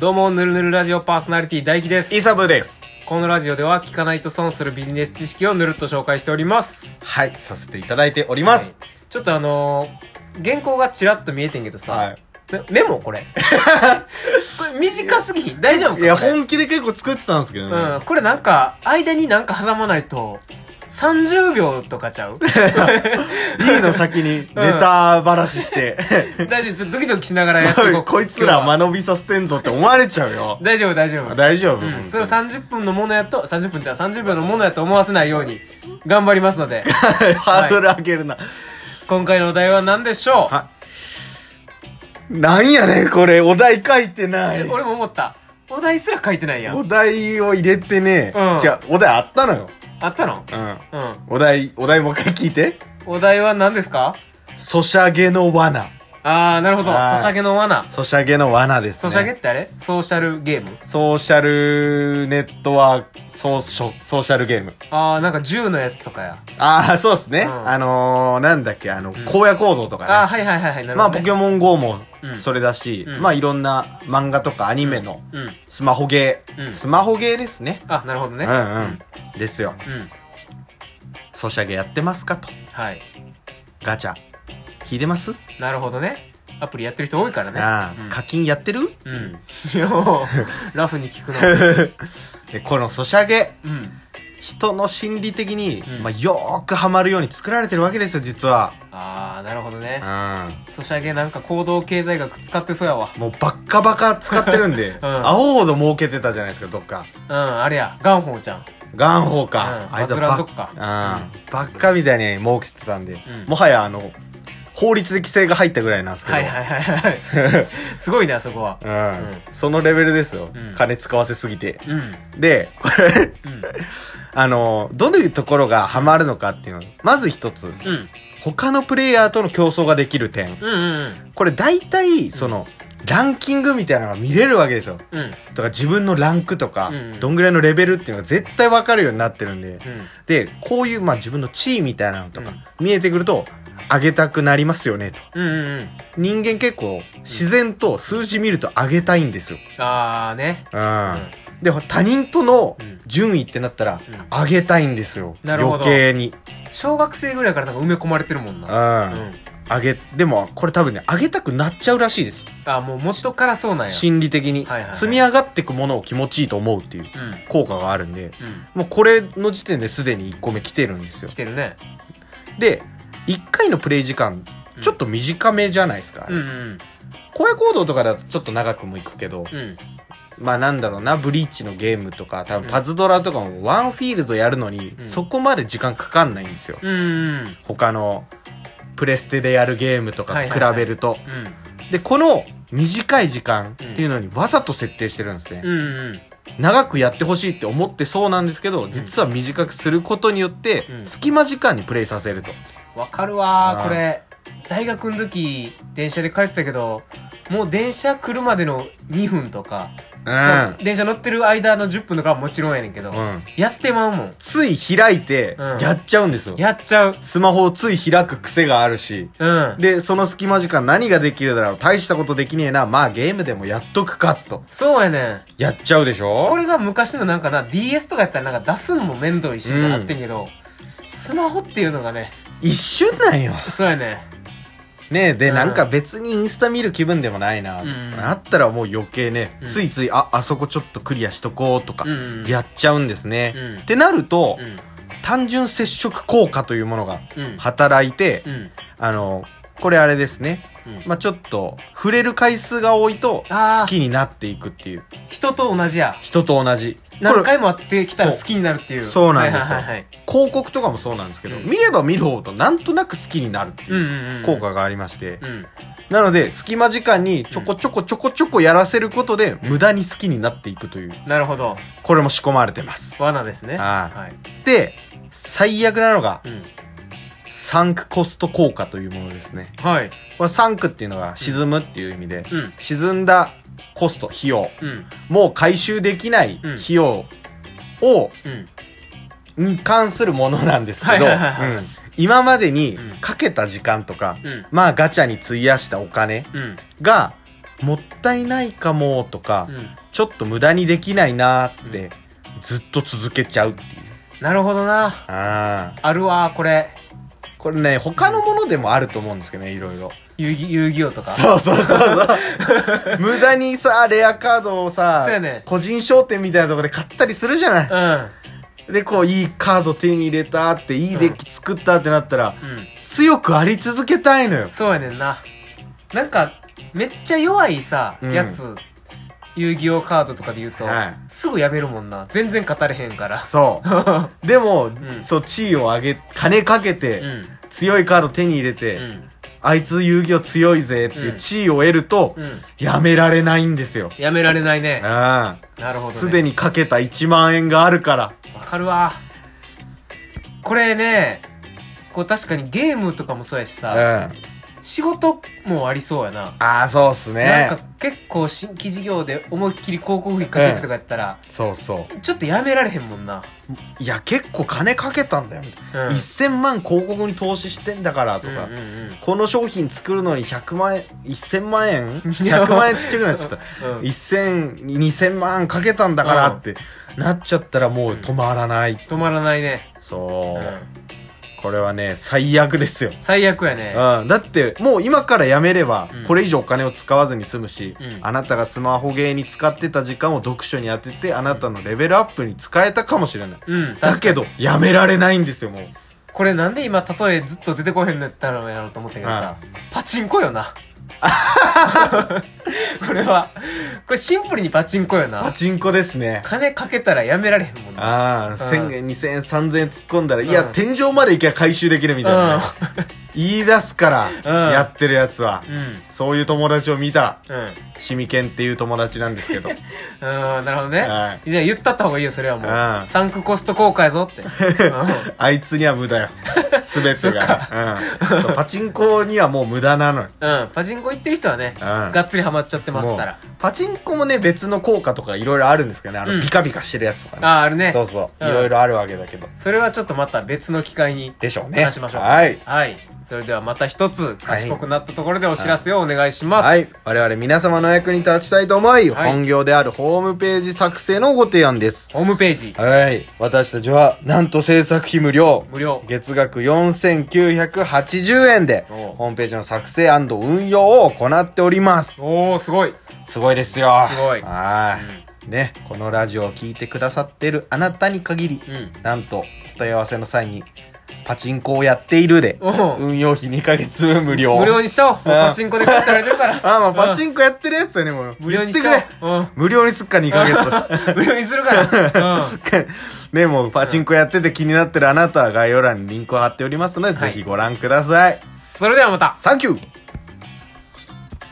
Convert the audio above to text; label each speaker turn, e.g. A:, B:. A: どうも、ぬるぬるラジオパーソナリティ大輝です。
B: イサブです
A: このラジオでは聞かないと損するビジネス知識をぬるっと紹介しております。
B: はいさせていただいております
A: ちょっとあのー原稿がちらっと見えてんけどさ、
B: は
A: なメモこれ。これ短すぎひん大丈夫
B: い、
A: か
B: いや
A: これ
B: 本気で結構作ってたんですけどね、
A: うん、これなんか、間になんか挟まないと、30秒とかちゃう
B: D の先にネタばらしして、
A: 大丈夫、ちょっとドキドキしながらやっていこう。
B: こいつ
A: 今
B: ら
A: 日は
B: 間延びさせてんぞって思われちゃうよ
A: 大丈夫、大丈夫。
B: 大丈夫、
A: うん、それを30分のものやと、30分じゃ30秒のものやと思わせないように、頑張りますので、
B: ハードル上げるな、
A: 今回のお題は何でしょう
B: はなんやねんこれお題書いてない
A: じゃ俺も思った。お題すら書いてないや
B: お
A: ん。
B: 題を入れてね、
A: うん
B: じゃお題あったのよ、
A: あったの
B: うん、
A: うん。
B: お題お題もう一回聞いて
A: お題は何ですか
B: ソシャゲの罠
A: あー、なるほど。
B: はい
A: ソシャゲの罠。
B: ソシャゲの罠です
A: ソ
B: ね
A: シャゲってあれソーシャルゲーム
B: ソーシャルネットワーク、ソーショ、ソーシャルゲーム。
A: あー、なんか銃のやつとかや。
B: ああ、そうです
A: う
B: ね。
A: ん
B: あのー、なんだっけ、あの、
A: ん
B: 荒野行動とかね。
A: あー、はいはいはいはい。なる
B: ま
A: ほ
B: あ、
A: ど、
B: ポ
A: ね。
B: ケモン GO も
A: うん
B: それだし、
A: うん
B: まあ、いろんな漫画とかアニメの
A: うん。
B: スマホゲー、
A: うん
B: スマホゲーですね。
A: あ、なるほどね。
B: うんうん。ですよ。
A: うん。うん。
B: ソーシャゲやってますかと。
A: はい。
B: ガチャ。聞いてます、
A: なるほどね。アプリやってる人多いからね。
B: ああ、
A: うん
B: 課金やってる、
A: うん。いやもうラフに聞くの。
B: でこのソシャゲ、
A: うん。
B: 人の心理的に、
A: うん
B: まあ、よーくハマるように作られてるわけですよ、実は。
A: あー、なるほど
B: う
A: ね。
B: ん。
A: ソシャゲなんか行動経済学使ってそうやわ。
B: もうバッカバカ使ってるん で、青ほど儲けてたじゃないですか、どっか。
A: うん、あれや。ガンホーちゃん。
B: ガンホーか。
A: うん
B: あいつ
A: バ
B: は
A: ズらん
B: バ
A: と
B: ッ
A: こか
B: うん。バッカみたいに儲けてたんで、
A: うん
B: もはやあの、法律で規制が入ったぐらいなんですけど、
A: はいはいはい はい。すごいね、あそこは。
B: うん
A: うん
B: そのレベルですよ、
A: うん
B: 金使わせすぎて。
A: うん。
B: で、これ、
A: うん。
B: あの、どういうところがハマるのかっていうの。まず一つ、
A: うん。
B: 他のプレイヤーとの競争ができる点。
A: うんうん
B: これ大体、その、ランキングみたいなのが見れるわけですよ。
A: うん。うん。
B: とか自分のランクとか、
A: うん
B: どんぐらいのレベルっていうのが絶対分かるようになってるんで、
A: うん。
B: で、こういう、まあ、自分の地位みたいなのとか、
A: うん
B: 見えてくると、上げたくなりますよね、と。
A: うんうんうん。
B: 人間結構、自然と数字見ると上げたいんですよ。
A: あーね。
B: う
A: うん
B: ん。。で、他人との
A: うん
B: 順位ってなったら、
A: うん
B: 上げたいんですよ。
A: なるほど
B: 余計に。
A: 小学生ぐらいからなんか埋め込まれてるもん
B: う。
A: な。うんん。
B: 上げ、でも、これ多分ね、上げたくなっちゃうらしいです。
A: あ、もう元からそうなんや。
B: 心理的
A: は
B: に
A: いはいは。い
B: 積み上がっていくものを気持ちいいと思うっていう
A: うん。うん。
B: 効果があるんで、もうこれの時点ですでに1個目来てるんですよ
A: 来。てるね。
B: で、1回のプレイ時間、
A: うん
B: ちょっと短めじゃないですか。
A: うんうん
B: 荒野行動とかだとちょっと長くもいくけど、
A: うん。
B: まあなんだろうな、ブリーチのゲームとか、多
A: う
B: 分
A: ん
B: パズドラとかもワンフィールドやるのに、
A: うん
B: そこまで時間かかんないんですよ。
A: うん。うん。
B: 他の、プレステでやるゲームとか
A: はい
B: 比
A: はいはい
B: べると。
A: うん。
B: で、この短い時間っていうのにわざと設定してるんですね。
A: うんうん。
B: 長くやってほしいって思ってそうなんですけど、実は短くすることによって、
A: うん
B: 隙間時間にプレイさせると。
A: わかるわ
B: あ
A: ー、
B: ー
A: これ。大学の時、電車で帰ってたけど、もう電車来るまでの2分とか、まあ電車乗ってる間の10分とかはもちろんやねんけど、
B: うん。うん。
A: やってまうもん。
B: つい開いて
A: うん、
B: やっちゃうんですよ。
A: やっちゃう。
B: スマホをつい開く癖があるし。
A: うん。
B: で、その隙間時間何ができるだろう大したことできねえな。まあゲームでもやっとくか、と。
A: そうやねん。
B: やっちゃうでしょ
A: これが昔のなんかな、DS とかやったらなんか出すのも面倒いし、
B: うん
A: あってんけど、スマホっていうのがね、
B: 一瞬なんよ。
A: そうやね
B: ねえ、で、
A: うん
B: なんか別にインスタ見る気分でもないな。
A: うん
B: あったらもう余計ね、
A: うん
B: ついつい、あ、あそこちょっとクリアしとこうとか
A: ん。、うん。
B: やっちゃうんですね。
A: うん。
B: ってなると、
A: うん。
B: 単純接触効果というものが
A: うん。
B: 働いて、
A: うん。
B: あの、これあれですね。
A: うん。
B: まあ、ちょっと、触れる回数が多いと、
A: あー
B: 好きになっていくっていう。
A: 人と同じや。
B: 人と同じ。
A: 何
B: これ
A: 回も会ってきたら好きになるっていう。
B: そうそうなんですよ
A: はいはいはいはい。
B: 広告とかもそうなんですけど、
A: うん
B: 見れば見るほどなんとなく好きになるって
A: うん
B: いう
A: うんうん。
B: 効。果がありまして。
A: うん。
B: なので、隙間時間にちょこちょこちょこちょこやらせることで、無駄に好きになっていくという、
A: なるほど。
B: これも仕込まれてます。
A: 罠ですね。
B: あー
A: はい。
B: で、最悪なのが、
A: うん。
B: サンクコスト効果というものですね。
A: はい。
B: これサンクっていうのが沈むっていう意味で、
A: うん。
B: 沈んだコスト、費用、
A: うん。
B: もう回収できない
A: うん
B: 費用を、
A: うん。
B: に関するものなんですけど、う
A: はいはいはい
B: ん今までに
A: うん
B: かけた時間とか、
A: うん。
B: まあガチャに費やしたお金
A: うん。
B: が、もったいないかもとか、
A: うん
B: ちょっと無駄にできないなーって、ずっと続けちゃうっていう。
A: なるほどな
B: ああ。
A: あるわこれ
B: これね、他のものでもあると思うんですけどね、いろ いろ。
A: 遊戯遊戯王とか
B: そうそうそうそう。無駄にさ、レアカードをさ、
A: そうやね
B: 個人商店みたいなところで買ったりするじゃない。
A: うん
B: で、こう、いいカード手に入れたって、いいデッキ作ったってなったら、
A: うん
B: 強くあり続けたいのよ。
A: そうやねんななんかめっちゃ弱いさ、
B: うん
A: やつ遊戯王カードとかで言うと、
B: はい
A: すぐやめるもんな全然語れへんから
B: そう
A: ん
B: う。でも、
A: ん
B: そう、地位を上げ、金かけて、
A: うん
B: 強いカード手に入れて、
A: うん
B: あいつ遊戯王強いぜっていう地位を得ると、
A: うん
B: やめられないんですよ。
A: やめられないね
B: な
A: なるほどね
B: すでにかけた1万円があるから。
A: わかるわこれねこう確かにゲームとかもそうやし
B: うん。
A: さ、
B: あ
A: 仕事もありそうやな、
B: あ、そうっすね
A: な。んか結構新規事業で思いっきり広告費かけてとかやったら、
B: そうそう。
A: ちょっとやめられへんもんな、
B: いや、結構金かけたんだよ。
A: うん、
B: 1000万広告に投資してんだからとか。
A: うんうん
B: この商品作るのに100万円、1000万円 ?100 万円ちっちゃくなっちゃった。
A: うんうん
B: 1000、2000万かけたんだからってなっちゃったらもう止まらない。
A: 止まらないね、う
B: そう。
A: ん、
B: これはね、最悪ですよ。
A: 最悪やね
B: うん、だってもう今からやめれば
A: うん
B: これ以上お金を使わずに済むし、
A: うん
B: あなたがスマホゲーに使ってた時間を読書に当ててあなたのレベルアップに使えたかもしれない、
A: うん
B: だ
A: 確か
B: けどやめられないんですよもう
A: これなんで今例えずっと出てこへんのやったらやろうと思ったけどさ、パチンコよな これはこれシンプルにパチンコよ
B: パ
A: な
B: チンコですね
A: 金かけたらやめられへんもんな
B: ああ、
A: うん
B: 1000円2000円3000円突っ込んだら、いうや
A: ん
B: 天井まで行けば回収できるみたいなね、言い出すから、
A: うん
B: やってるやつは、
A: うんうん
B: そういう友達を見たら
A: うん
B: シミケンっていう友達なんですけど
A: うんなるほどね、
B: は
A: じゃあ言ったった方がいいよそれはもう、
B: うん
A: サンクコスト効果や ぞって、うん
B: あいつには無駄よ。す べてが、ねうんそう。パチンコにはもう無駄なのよ。
A: うん、パチンコ行ってる人はね、
B: うん
A: がっつりハマっちゃってますから
B: もうパチンコもね、別の効果とかいろいろあるんですけどね。あ
A: う
B: の、
A: ん
B: ビカビカしてるやつとかね。
A: あああるね
B: そうそう。
A: うん
B: いろいろあるわけだけど。
A: それはちょっとまた別の機会に
B: でしょうね。
A: 話しましょう
B: はい。
A: はいそれではまた一つ賢くなったところでお知らせをお願いします、
B: はい。我々皆様のお役に立ちたいと思い、
A: はい
B: 本業であるホームページ作成のご提案です。
A: ホームページ
B: はい。私たちは、なんと制作費無料。
A: 無料
B: 月額4980円で、
A: おう
B: ホームページの作成運用を行っております。
A: おおすごい、
B: すごいですよ。
A: すごい
B: はーい。ね、このラジオを聞いてくださってるあなたに限り、
A: うん、
B: なんと、お問い合わせの際に、パチンコをやっているで、
A: おう
B: 運用費2ヶ月分無料。
A: 無料にしちゃおうもうパチンコで買ってられてるから
B: あ、まあ、パ
A: ン
B: チンコやってるやつだね、もう。
A: 無料にしち
B: 言っ
A: ゃ
B: てくれ
A: おう、
B: 無料にすっか、2ヶ
A: うん、無料にするから、うん、
B: 月。 ね、もうパチンコやってて気になってるあなたは概要欄にリンクを貼っておりますので、
A: はい
B: ぜひご覧ください。
A: それではまた
B: サンキュー